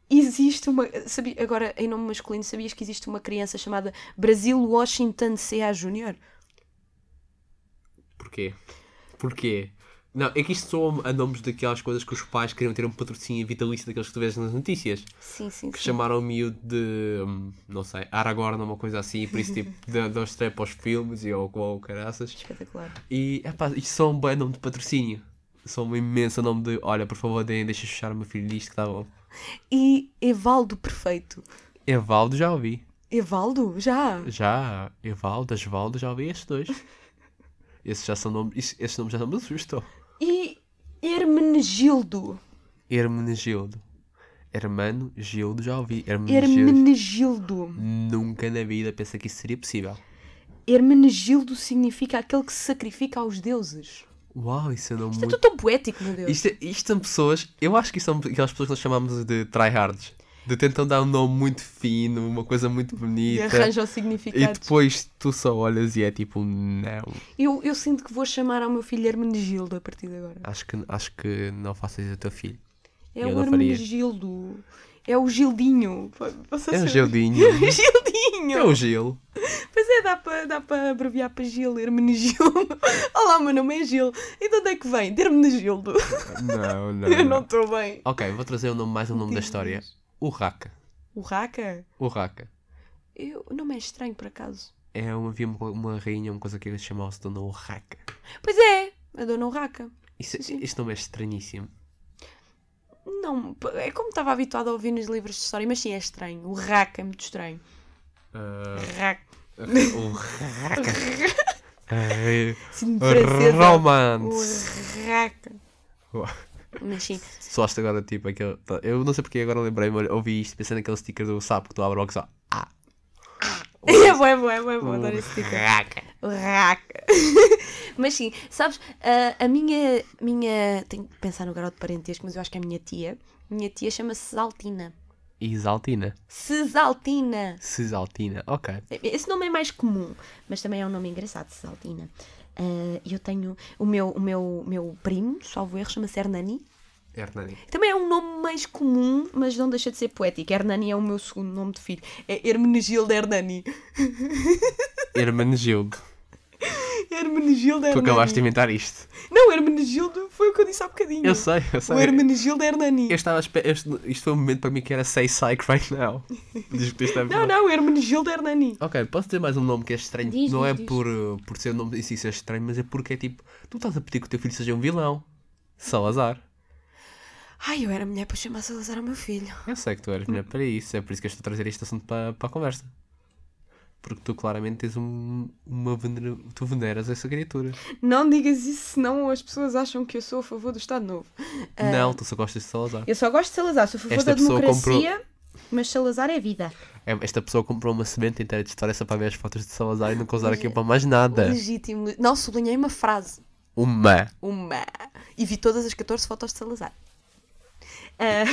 [SPEAKER 3] existe uma. Sabia, agora, em nome masculino, sabias que existe uma criança chamada Brasil Washington C.A. Júnior?
[SPEAKER 2] Porquê? Porquê? Não, é que isto soa a nomes daquelas coisas que os pais queriam ter um patrocínio vitalício daqueles que tu vês nas notícias.
[SPEAKER 3] Sim, sim,
[SPEAKER 2] Que
[SPEAKER 3] sim.
[SPEAKER 2] chamaram o miúdo de, hum, não sei, Aragorn ou uma coisa assim, e por isso tipo, dão dão estreia para os filmes e ou, ou caraças.
[SPEAKER 3] Espetacular.
[SPEAKER 2] E, epá, isto são um bom nome de patrocínio. São um imenso nome de, olha, por favor, deem, deixa fechar o meu filho disto que está bom.
[SPEAKER 3] E Evaldo Perfeito.
[SPEAKER 2] Evaldo já ouvi.
[SPEAKER 3] Evaldo? Já?
[SPEAKER 2] Já, Evaldo, Asvaldo, já ouvi estes dois. Esses já são nomes, isso- esses nomes já não me assustam.
[SPEAKER 3] E Hermenegildo.
[SPEAKER 2] Hermenegildo. Hermano Gildo, já ouvi. Hermenegildo.
[SPEAKER 3] Hermenegildo.
[SPEAKER 2] Nunca na vida pensei que isso seria possível.
[SPEAKER 3] Hermenegildo significa aquele que se sacrifica aos deuses.
[SPEAKER 2] Uau, isso é um nome
[SPEAKER 3] Isto é
[SPEAKER 2] muito...
[SPEAKER 3] tudo tão poético, meu Deus.
[SPEAKER 2] Isto, é- isto são pessoas... Eu acho que isto são aquelas pessoas que nós chamamos de tryhards. De tentam dar um nome muito fino, uma coisa muito
[SPEAKER 3] E
[SPEAKER 2] bonita.
[SPEAKER 3] arranja o
[SPEAKER 2] E
[SPEAKER 3] significado.
[SPEAKER 2] depois tu só olhas e é tipo, não.
[SPEAKER 3] Eu, eu sinto que vou chamar ao meu filho Hermenegildo a partir de agora.
[SPEAKER 2] Acho que, acho que não faças isso ao teu filho.
[SPEAKER 3] É
[SPEAKER 2] eu
[SPEAKER 3] o
[SPEAKER 2] não faria.
[SPEAKER 3] Hermenegildo. É o Gildinho. Vocês
[SPEAKER 2] É um
[SPEAKER 3] sabem?
[SPEAKER 2] geldinho.
[SPEAKER 3] Gildinho. Gilzinho!
[SPEAKER 1] É o Gil.
[SPEAKER 3] Pois é, dá para dá pa abreviar para Gil, Hermenegildo. Olá, meu nome é Gil. E de onde é que vem? De Hermenegildo.
[SPEAKER 1] Não,
[SPEAKER 3] Eu não estou bem.
[SPEAKER 2] Ok, vou trazer o nome, mais um nome da história. O Raka.
[SPEAKER 3] O Raka?
[SPEAKER 2] O Raka.
[SPEAKER 3] Eu, o nome é estranho, por acaso.
[SPEAKER 2] É, uma- havia uma, uma rainha, uma coisa que eles chamavam se Dona Urraca.
[SPEAKER 3] Pois é, a dona Urraca.
[SPEAKER 2] Isso,
[SPEAKER 3] Sim, sim.
[SPEAKER 2] este nome é estranhíssimo.
[SPEAKER 3] Não, é como estava habituado a ouvir nos livros de história, mas sim, é estranho. O Raka é muito estranho. Raka.
[SPEAKER 2] o Raka.
[SPEAKER 3] Sim, francesa.
[SPEAKER 2] Ah, Romance.
[SPEAKER 3] O Raka. Mas sim.
[SPEAKER 2] Soaste agora tipo aquele. tá, Eu não sei porque agora lembrei, mas ouvi isto pensando naquele sticker do sapo que tu abre logo só. Ah!
[SPEAKER 3] É bom, é bom, é bom, é bom. Adoro esse tipo.
[SPEAKER 2] Raka.
[SPEAKER 3] Raca. mas sim, sabes, a, a minha, minha. Tenho que pensar no grau de parentesco, mas eu acho que é a minha tia. Minha tia chama-se Cesaltina.
[SPEAKER 2] Isaltina.
[SPEAKER 3] Cesaltina!
[SPEAKER 2] Cisaltina. Ok.
[SPEAKER 3] Esse nome é mais comum, mas também é um nome engraçado, Cesaltina. Ah, E eu tenho. O meu, o meu, meu primo, salvo erro, chama-se Hernani.
[SPEAKER 2] Hernani.
[SPEAKER 3] Também é um nome mais comum, mas não deixa de ser poético. Hernani é o meu segundo nome de filho. É Hermenegildo Hernani.
[SPEAKER 2] Hermenegildo.
[SPEAKER 3] Hermenegildo
[SPEAKER 2] Tu
[SPEAKER 3] Hernani.
[SPEAKER 2] acabaste de inventar isto.
[SPEAKER 3] Não, Hermenegildo foi o que eu disse há bocadinho.
[SPEAKER 2] Eu sei, eu sei.
[SPEAKER 3] O Hermenegildo Hernani.
[SPEAKER 2] Eu estava a espe- este, isto foi um momento para mim que era Say Psych right now. Diz que isto é
[SPEAKER 3] Não, não, Hermenegildo Hernani.
[SPEAKER 2] Ok, posso dizer mais um nome que é estranho?
[SPEAKER 3] Diz,
[SPEAKER 2] não
[SPEAKER 3] diz,
[SPEAKER 2] é
[SPEAKER 3] diz.
[SPEAKER 2] Por, uh, por ser o nome em si ser estranho, mas é porque é tipo, tu estás a pedir que o teu filho seja um vilão. Salazar.
[SPEAKER 3] Ai, eu era mulher para chamar Salazar ao meu filho.
[SPEAKER 2] Eu sei que tu eres mulher para isso, é por isso que eu estou a trazer este assunto para, para a conversa. Porque tu claramente tens um, uma venera, tu veneras essa criatura.
[SPEAKER 3] Não digas isso, senão as pessoas acham que eu sou a favor do Estado Novo. Ah.
[SPEAKER 2] Não, tu só gostas de Salazar.
[SPEAKER 3] Eu só gosto de Salazar, sou a favor
[SPEAKER 2] Esta
[SPEAKER 3] da
[SPEAKER 2] pessoa
[SPEAKER 3] democracia, mas Salazar é vida.
[SPEAKER 2] É, Esta pessoa comprou uma semente inteira de história só para ver as fotos de Salazar e não causar
[SPEAKER 3] é
[SPEAKER 2] aquilo para mais nada.
[SPEAKER 3] Legítimo. Não, sublinhei uma frase.
[SPEAKER 2] Uma.
[SPEAKER 3] Uma. E vi todas as 14 fotos de Salazar. Ah,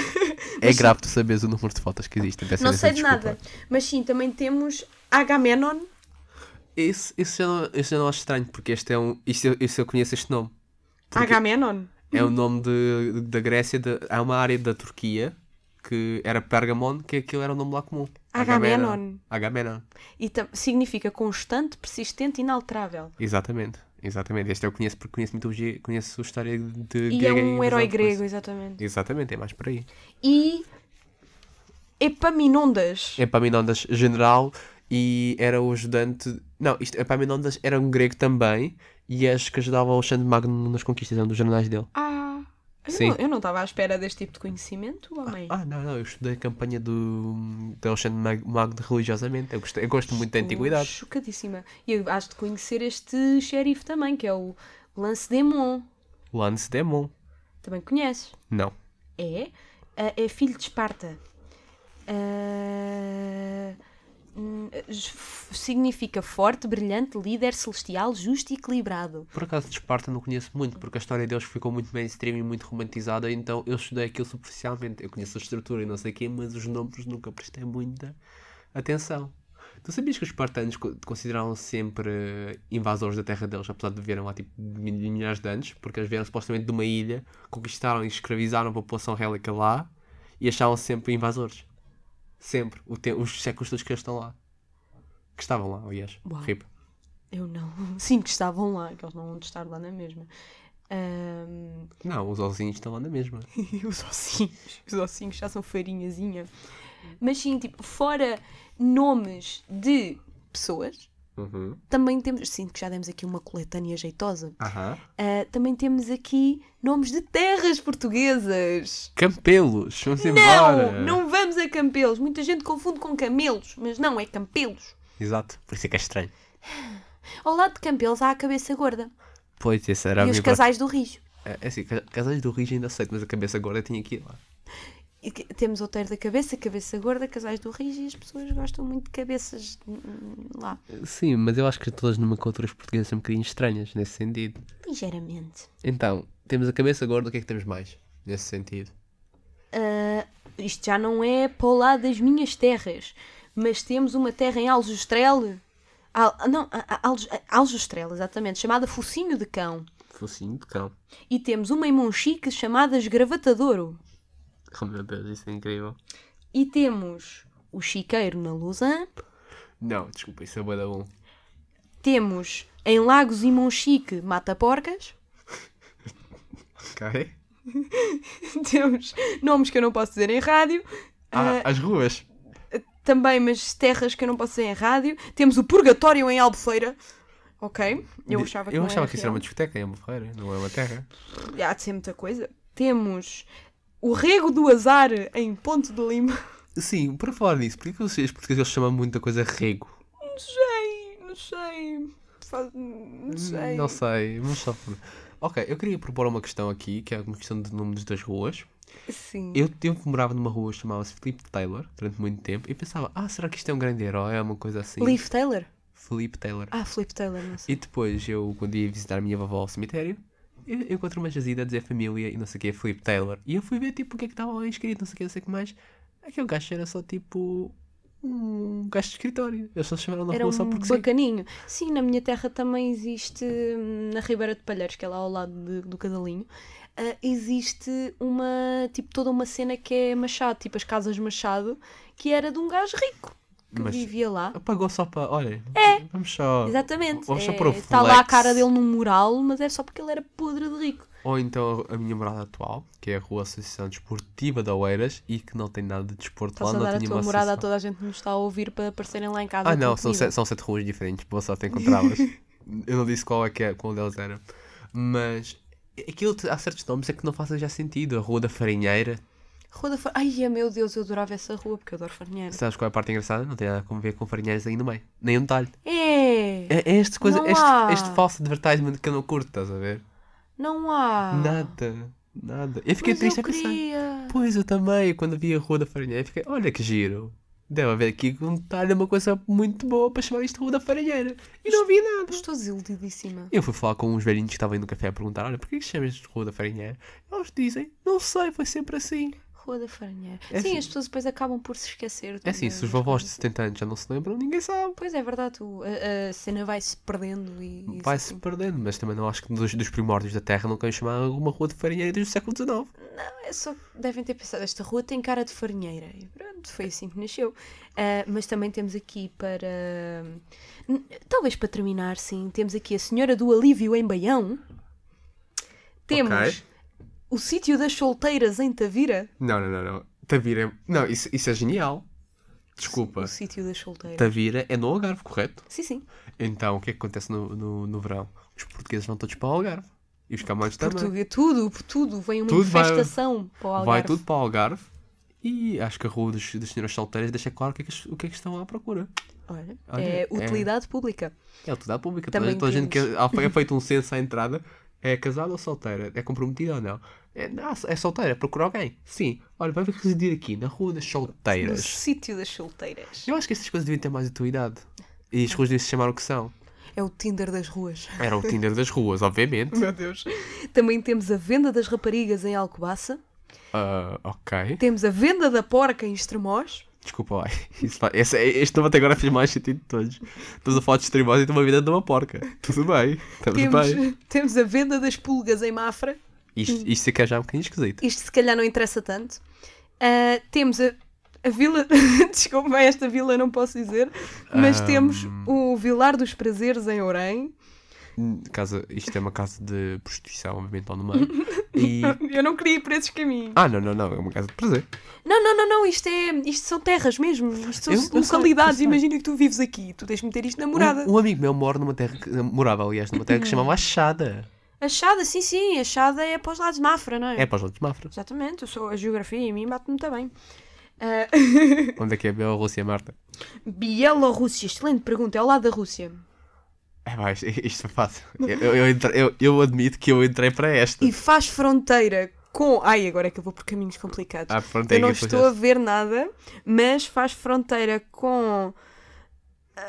[SPEAKER 2] É grave tu saberes o número de fotos que existem. peço
[SPEAKER 3] não
[SPEAKER 2] imensa
[SPEAKER 3] sei de
[SPEAKER 2] desculpa.
[SPEAKER 3] nada. Mas sim, também temos Agamemnon.
[SPEAKER 2] Esse, esse, já não, esse já não acho estranho, porque este é um. Isso, isso eu conheço este nome. Porque
[SPEAKER 3] Agamemnon.
[SPEAKER 2] É o nome de, de- da Grécia. de- há uma área da Turquia que era Pergamon, que aquilo era o nome lá comum.
[SPEAKER 3] Agamemnon.
[SPEAKER 2] Agamemnon.
[SPEAKER 3] E tam- significa constante, persistente, inalterável.
[SPEAKER 2] Exatamente. Exatamente. Este eu conheço porque conheço mitologia, conheço a história de
[SPEAKER 3] E é
[SPEAKER 2] grega
[SPEAKER 3] um herói
[SPEAKER 2] das outras
[SPEAKER 3] grego,
[SPEAKER 2] coisas.
[SPEAKER 3] exatamente.
[SPEAKER 2] Exatamente, é mais por aí.
[SPEAKER 3] E Epaminondas.
[SPEAKER 2] Epaminondas general e era o ajudante. Não, isto, Epaminondas era um grego também e acho que ajudava o Alexandre Magno nas conquistas, é um dos jornais dele.
[SPEAKER 3] Ah, eu
[SPEAKER 2] Sim.
[SPEAKER 3] não- eu não estava à espera deste tipo de conhecimento, homem.
[SPEAKER 2] Ah, não, não, eu estudei a campanha do, do Alexandre Mag- Magno religiosamente. Eu, gostei, eu gosto muito da antiguidade.
[SPEAKER 3] Estou Chocadíssima. E eu acho de conhecer este xerife também, que é o Lance Demon.
[SPEAKER 2] Lance Demon.
[SPEAKER 3] Também conheces?
[SPEAKER 2] Não.
[SPEAKER 3] É. Ah, é filho de Esparta. Ah, hum, f- significa forte, brilhante, líder celestial, justo e equilibrado.
[SPEAKER 2] Por acaso de Esparta não conheço muito, porque a história deles ficou muito mainstream e muito romantizada, então eu estudei aquilo superficialmente. Eu conheço a estrutura e não sei o quê, mas os nomes nunca prestei muita atenção. Tu sabias que os espartanos co- consideravam se sempre eh, invasores da terra deles, apesar de viverem lá tipo mil- milhares de anos, porque eles vieram supostamente de uma ilha, conquistaram e escravizaram a população rélica lá e achavam-se sempre invasores. Sempre. O te- os séculos todos que eles estão lá. Que estavam lá, aliás.
[SPEAKER 3] Uau.
[SPEAKER 2] Rip.
[SPEAKER 3] Eu não. Sim, que estavam lá, que eles não vão estar lá na mesma. Ah,
[SPEAKER 2] Não, os ozinhos estão lá na mesma.
[SPEAKER 3] E os ossinhos. Os ossinhos já são farinhazinha. Mas sim, tipo, fora nomes de pessoas,
[SPEAKER 2] Uhum.
[SPEAKER 3] também temos. Sinto que já demos aqui uma coletânea jeitosa.
[SPEAKER 2] Aham.
[SPEAKER 3] Ah, também temos aqui nomes de terras portuguesas.
[SPEAKER 2] Campelos, vamos
[SPEAKER 3] Não!
[SPEAKER 2] embora.
[SPEAKER 3] Não vamos a campelos. Muita gente confunde com camelos, mas não, é campelos.
[SPEAKER 2] Exato, por isso é que é estranho.
[SPEAKER 3] Ao lado de campelos há a cabeça gorda
[SPEAKER 2] Pois, esse era a
[SPEAKER 3] e os
[SPEAKER 2] minha
[SPEAKER 3] casais do Rijo.
[SPEAKER 2] É é assim, ca- casais do Rio ainda aceito, mas a cabeça agora tinha aqui lá.
[SPEAKER 3] E que- temos o teiro da cabeça, cabeça gorda, casais do Rijo e as pessoas gostam muito de cabeças hum, lá.
[SPEAKER 2] Sim, mas eu acho que todas nomenclaturas portuguesas são um bocadinho estranhas nesse sentido.
[SPEAKER 3] Ligeiramente.
[SPEAKER 2] Então, temos a cabeça agora, o que é que temos mais? Nesse sentido.
[SPEAKER 3] Isto já não é para o lado das minhas terras, mas temos uma terra em Aljustrel. Al- não, a- a- Alju- a- Aljustrel, exatamente, chamada Focinho de Cão.
[SPEAKER 2] Focinho de cão.
[SPEAKER 3] E temos uma em Monchique chamada Esgravatadouro.
[SPEAKER 2] Oh meu Deus, isso é incrível.
[SPEAKER 3] E temos o Chiqueiro na Lusã
[SPEAKER 2] Não, desculpa, isso é bué da bom.
[SPEAKER 3] Temos em Lagos e Monchique Mata Porcas.
[SPEAKER 2] Ok?
[SPEAKER 3] Temos nomes que eu não posso dizer em rádio. Eh,
[SPEAKER 2] Ah, as ruas.
[SPEAKER 3] Também, mas terras que eu não posso dizer em rádio. Temos o Purgatório em Albufeira. Ok? Eu
[SPEAKER 2] Di-
[SPEAKER 3] achava que
[SPEAKER 2] eu
[SPEAKER 3] não
[SPEAKER 2] achava
[SPEAKER 3] era
[SPEAKER 2] que isso era
[SPEAKER 3] real.
[SPEAKER 2] uma discoteca, é uma feira, não é uma terra.
[SPEAKER 3] Há de ser muita coisa. Temos o Rego do Azar em Ponte de Lima.
[SPEAKER 2] Sim, por falar nisso, porquê que os os portugueses chamam muita coisa rego?
[SPEAKER 3] Não sei, não sei. Faz- Não sei.
[SPEAKER 2] Hum, Não sei, vamos só. Ok, eu queria propor uma questão aqui, que é uma questão de números das ruas.
[SPEAKER 3] Sim.
[SPEAKER 2] Eu tempo morava numa rua que chamava-se Felipe Taylor durante muito tempo e pensava, ah, será que isto é um grande herói? É uma coisa assim.
[SPEAKER 3] Leaf Taylor?
[SPEAKER 2] Felipe Taylor.
[SPEAKER 3] Ah, Flip Taylor, não sei.
[SPEAKER 2] E depois eu, quando ia visitar a minha vovó ao cemitério, eu, eu encontro uma jazida a dizer família e não sei o que, Felipe Taylor. E eu fui ver tipo o que é que estava lá escrito, não sei o que, não sei o que mais. Aquele gajo era só tipo um gajo de escritório. Eles só se chamaram na
[SPEAKER 3] Era
[SPEAKER 2] rua
[SPEAKER 3] um
[SPEAKER 2] só porque sim.
[SPEAKER 3] bacaninho. Sim, na minha terra também existe, hum, na Ribeira de Palheiros, que é lá ao lado de- do Casalinho, ah, existe uma, tipo, toda uma cena que é Machado, tipo as casas Machado, que era de um gajo rico que
[SPEAKER 2] Mas-
[SPEAKER 3] vivia lá.
[SPEAKER 2] Apagou só para. Olha, é. vamos só.
[SPEAKER 3] Exatamente.
[SPEAKER 2] Vamos só pôr o
[SPEAKER 3] Está lá a
[SPEAKER 2] flex.
[SPEAKER 3] cara dele num mural, mas é só porque ele era podre de rico.
[SPEAKER 2] Ou então a minha morada atual, que é a Rua Associação Desportiva da Oeiras e que não tem nada de desporto
[SPEAKER 3] Estás
[SPEAKER 2] lá,
[SPEAKER 3] Tá a
[SPEAKER 2] não
[SPEAKER 3] dar a
[SPEAKER 2] tinha
[SPEAKER 3] tua
[SPEAKER 2] uma
[SPEAKER 3] morada a
[SPEAKER 2] associação.
[SPEAKER 3] toda a gente que nos está a ouvir para aparecerem lá em casa.
[SPEAKER 2] Ah,
[SPEAKER 3] com
[SPEAKER 2] não, são
[SPEAKER 3] comida.
[SPEAKER 2] sete, são sete ruas diferentes. Boa sorte em encontrá-las. eu não disse qual, é que é, qual delas era. Mas aquilo te- há certos nomes é que não fazem já sentido. A Rua da Farinheira.
[SPEAKER 3] Rua da Fa- Ai, é, meu Deus, eu adorava essa rua porque eu adoro farinheiro.
[SPEAKER 2] Sabes qual é a parte engraçada? Não tem nada a ver com farinheiras aí no meio. Nem um detalhe.
[SPEAKER 3] É!
[SPEAKER 2] É, é este, coisa,
[SPEAKER 3] Não
[SPEAKER 2] este,
[SPEAKER 3] há.
[SPEAKER 2] este falso advertisement que eu não curto, estás a ver?
[SPEAKER 3] Não há.
[SPEAKER 2] Nada. Nada. Eu fiquei
[SPEAKER 3] Ah. Mas
[SPEAKER 2] triste
[SPEAKER 3] eu
[SPEAKER 2] a pensar.
[SPEAKER 3] queria.
[SPEAKER 2] Pois eu também, quando vi a Rua da Farinheira, fiquei, olha que giro. Deve haver aqui um detalhe, uma coisa muito boa para chamar isto Rua da Farinheira. E não vi nada.
[SPEAKER 3] Estou desiludidíssima.
[SPEAKER 2] Eu fui falar com uns velhinhos que estavam indo no café a perguntar, olha, porquê que chamas de Rua da Farinheira? Eles dizem, não sei, foi sempre assim.
[SPEAKER 3] Rua da Farinheira.
[SPEAKER 2] É
[SPEAKER 3] Sim,
[SPEAKER 2] assim.
[SPEAKER 3] as pessoas depois acabam por se esquecer.
[SPEAKER 2] É assim, se os
[SPEAKER 3] das
[SPEAKER 2] vovós de
[SPEAKER 3] coisas.
[SPEAKER 2] 70 anos já não se lembram, ninguém sabe.
[SPEAKER 3] Pois é verdade, o- a, a cena vai-se perdendo e. e isso
[SPEAKER 2] Vai-se
[SPEAKER 3] assim.
[SPEAKER 2] perdendo, mas também não acho que dos, dos primórdios da Terra não querem chamar alguma Rua de Farinheira desde o século XIX.
[SPEAKER 3] É só que devem ter pensado, esta rua tem cara de farinheira. E pronto, foi assim que nasceu. Ah, mas também temos aqui para. N- Talvez para terminar, sim, temos aqui a Senhora do Alívio em Baião. Temos
[SPEAKER 2] Ok.
[SPEAKER 3] o Sítio das Solteiras em Tavira.
[SPEAKER 2] Não, não, não, não. Tavira é... Não, isso, isso é genial. Desculpa.
[SPEAKER 3] O Sítio das Solteiras.
[SPEAKER 2] Tavira é no Algarve, correto?
[SPEAKER 3] Sim, sim.
[SPEAKER 2] Então, o que é que acontece no, no, no verão? Os portugueses vão todos para o Algarve. E os camarões também.
[SPEAKER 3] Portuga, tudo, tudo. Vem uma
[SPEAKER 2] Tudo vai-
[SPEAKER 3] infestação para o Algarve.
[SPEAKER 2] Vai tudo para o Algarve. E acho que a rua dos, das senhoras solteiras deixa claro o que, é que, as- o que é que estão lá à procura.
[SPEAKER 3] Olha,
[SPEAKER 2] Olha,
[SPEAKER 3] é
[SPEAKER 2] é-
[SPEAKER 3] utilidade pública.
[SPEAKER 2] É tudo à pública.
[SPEAKER 3] Também
[SPEAKER 2] Toda, toda a gente que
[SPEAKER 3] temos.
[SPEAKER 2] é, é feito um censo à entrada. É casada ou solteira? É comprometida ou não? É, não, é solteira, procura alguém. Sim. Olha, vai residir aqui, na rua das
[SPEAKER 3] No
[SPEAKER 2] solteiras.
[SPEAKER 3] Sítio das Solteiras.
[SPEAKER 2] Eu acho que essas coisas deviam ter mais atuidade. E as ruas deviam se chamar o que são.
[SPEAKER 3] É o Tinder das ruas.
[SPEAKER 2] Era o Tinder das ruas, obviamente.
[SPEAKER 3] Meu Deus. Também temos a venda das raparigas em Alcobaça.
[SPEAKER 2] Ah, ok.
[SPEAKER 3] Temos a venda da porca em Estremoz.
[SPEAKER 2] Desculpa lá. Isso fa- esse- este nome até agora fez mais sentido de todos. Estamos a falar de extremos e de uma vida de uma porca. Tudo bem. Estamos bem.
[SPEAKER 3] Temos, temos a venda das pulgas em Mafra.
[SPEAKER 2] Isto, isto é que é já um bocadinho esquisito.
[SPEAKER 3] Isto se calhar não interessa tanto. Ah, temos a, a vila... Desculpa, esta vila eu não posso dizer. Mas
[SPEAKER 2] Ahm.
[SPEAKER 3] temos
[SPEAKER 2] hum.
[SPEAKER 3] o Vilar dos Prazeres em Orém.
[SPEAKER 2] Casa, isto é uma casa de prostituição, obviamente, lá no meio. E.
[SPEAKER 3] Eu não queria ir para esses caminhos.
[SPEAKER 2] Ah, não, não, não, é uma casa de prazer.
[SPEAKER 3] Não, não, não, não, isto é. Isto são terras mesmo, isto são
[SPEAKER 2] Eu- eu sei, eu
[SPEAKER 3] localidades.
[SPEAKER 2] sei.
[SPEAKER 3] Imagina que tu vives aqui, tu tens de meter isto na morada.
[SPEAKER 2] Um, um amigo meu mora numa terra que, morava, aliás, numa terra que se chamava Achada.
[SPEAKER 3] Achada, sim, sim, achada é para os lados de Mafra, não é?
[SPEAKER 2] É para os lados de Mafra.
[SPEAKER 3] Exatamente, eu sou a geografia e a mim bate-me também. Ah,
[SPEAKER 2] Onde é que é a Bielorrússia, Marta?
[SPEAKER 3] Bielorrússia, excelente pergunta, é ao lado da Rússia.
[SPEAKER 2] É mais, isto foi fácil. Eu, eu, eu, entrei- eu- eu admito que eu entrei para esta.
[SPEAKER 3] E faz fronteira com. Ai, agora é que eu vou por caminhos complicados.
[SPEAKER 2] Ah, pronto, é
[SPEAKER 3] eu não
[SPEAKER 2] que depois
[SPEAKER 3] estou a ver nada, mas faz fronteira com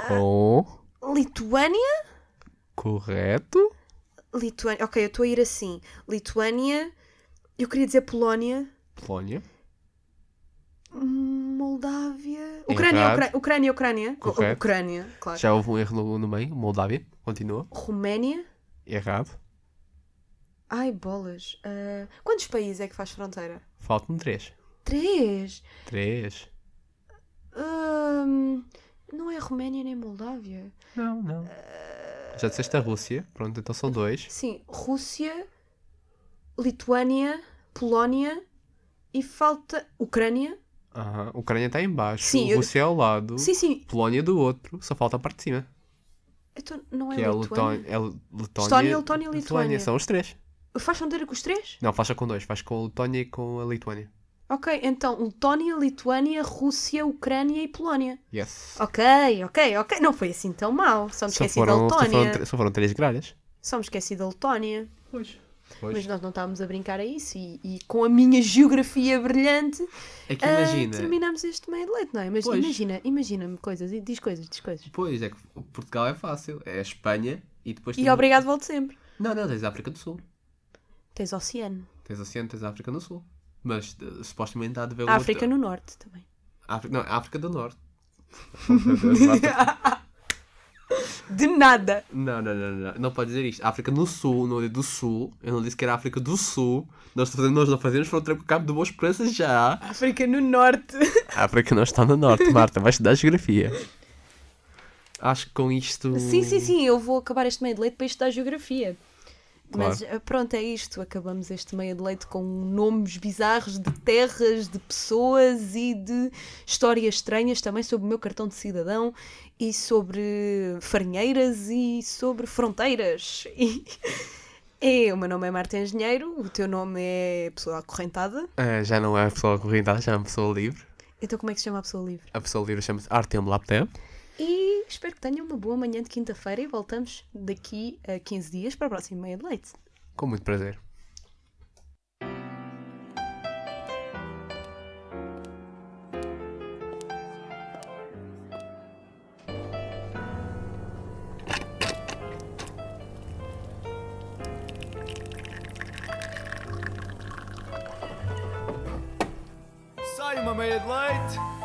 [SPEAKER 2] Com.
[SPEAKER 3] Lituânia?
[SPEAKER 2] Correto?
[SPEAKER 3] Lituânia, ok, eu estou a ir assim. Lituânia, eu queria dizer Polónia.
[SPEAKER 2] Polónia.
[SPEAKER 3] Moldávia.
[SPEAKER 2] É
[SPEAKER 3] Ucrânia,
[SPEAKER 2] errado.
[SPEAKER 3] Ucrânia, Ucrânia, Ucrânia. Co-
[SPEAKER 2] Correto.
[SPEAKER 3] Ucrânia, claro.
[SPEAKER 2] Já houve um erro no, no meio. Moldávia. Continua.
[SPEAKER 3] Roménia.
[SPEAKER 2] Errado.
[SPEAKER 3] Ai, bolas. Ah, quantos países é que faz fronteira?
[SPEAKER 2] Faltam três.
[SPEAKER 3] Três.
[SPEAKER 2] Três.
[SPEAKER 3] Ahm, Não é Roménia nem Moldávia.
[SPEAKER 2] Não, não. Já disseste a Rússia. Pronto, então são dois.
[SPEAKER 3] Sim, Rússia, Lituânia, Polónia e falta Ucrânia.
[SPEAKER 2] Aham. Ah, Ucrânia está em baixo.
[SPEAKER 3] Sim, eu-
[SPEAKER 2] Rússia é ao lado.
[SPEAKER 3] Sim, sim.
[SPEAKER 2] Polónia do outro. Só falta a parte de cima.
[SPEAKER 3] Então não é
[SPEAKER 2] que é a
[SPEAKER 3] Lituânia.
[SPEAKER 2] Letônia. É Letônia.
[SPEAKER 3] Estónia, Letónia e Lituânia.
[SPEAKER 2] São os três.
[SPEAKER 3] Faz fronteira com os três?
[SPEAKER 2] Não, faz só com dois. Faz com a Letónia e com a Lituânia.
[SPEAKER 3] Ok, então Letónia, Lituânia, Rússia, Ucrânia e Polónia.
[SPEAKER 2] Yes.
[SPEAKER 3] Ok, ok, ok. Não foi assim tão mal. Só me
[SPEAKER 2] Só
[SPEAKER 3] Ah, esqueci da
[SPEAKER 2] foram, só, foram,
[SPEAKER 3] Letónia.
[SPEAKER 2] tre- só foram três gralhas.
[SPEAKER 3] Só me esqueci da Letónia.
[SPEAKER 2] Pois.
[SPEAKER 3] Mas nós não estávamos a brincar a isso. E, e com a minha geografia brilhante,
[SPEAKER 2] É que
[SPEAKER 3] ah,
[SPEAKER 2] imagina.
[SPEAKER 3] terminámos este meio de leite, não é? Mas
[SPEAKER 2] Pois.
[SPEAKER 3] imagina, imagina-me coisas. e Diz coisas, diz coisas.
[SPEAKER 2] Pois, é que Portugal é fácil. É a Espanha e depois
[SPEAKER 3] E obrigado, volto sempre.
[SPEAKER 2] Não, não, tens a África do Sul.
[SPEAKER 3] Tens oceano.
[SPEAKER 2] Tens oceano, tens a África do Sul. Mas eh, supostamente há de haver
[SPEAKER 3] África
[SPEAKER 2] outra-
[SPEAKER 3] no norte também.
[SPEAKER 2] África, não, África do Norte. Oh, meu Deus, basta-
[SPEAKER 3] De nada.
[SPEAKER 2] não, não, não, não, não pode dizer isto. África no Sul, não é do Sul. Eu não disse que era África do Sul. Nós, fazemos, nós não fazemos fronteira com o Cabo de Boa Esperança já.
[SPEAKER 3] África no norte.
[SPEAKER 2] A África não está no Norte, Marta. Vais estudar Geografia. Acho que com isto.
[SPEAKER 3] Sim, sim, sim, eu vou acabar este meio de leite para estudar geografia.
[SPEAKER 2] Claro.
[SPEAKER 3] Mas eh, pronto, é isto. Acabamos este meio de leite com nomes bizarros de terras, de pessoas e de histórias estranhas também sobre o meu cartão de cidadão e sobre farinheiras e sobre fronteiras. E... É, o meu nome é Marta Engenheiro, o teu nome é Pessoa Acorrentada.
[SPEAKER 2] Ah, já não é a pessoa corrida, já é uma pessoa livre.
[SPEAKER 3] Então, como é que se chama a pessoa livre?
[SPEAKER 2] A pessoa livre chama-se Artem Laptep.
[SPEAKER 3] E espero que tenham uma boa manhã de quinta-feira e voltamos daqui a 15 dias para o próximo meio de leite.
[SPEAKER 2] Com muito prazer.
[SPEAKER 1] Sai uma meia de leite.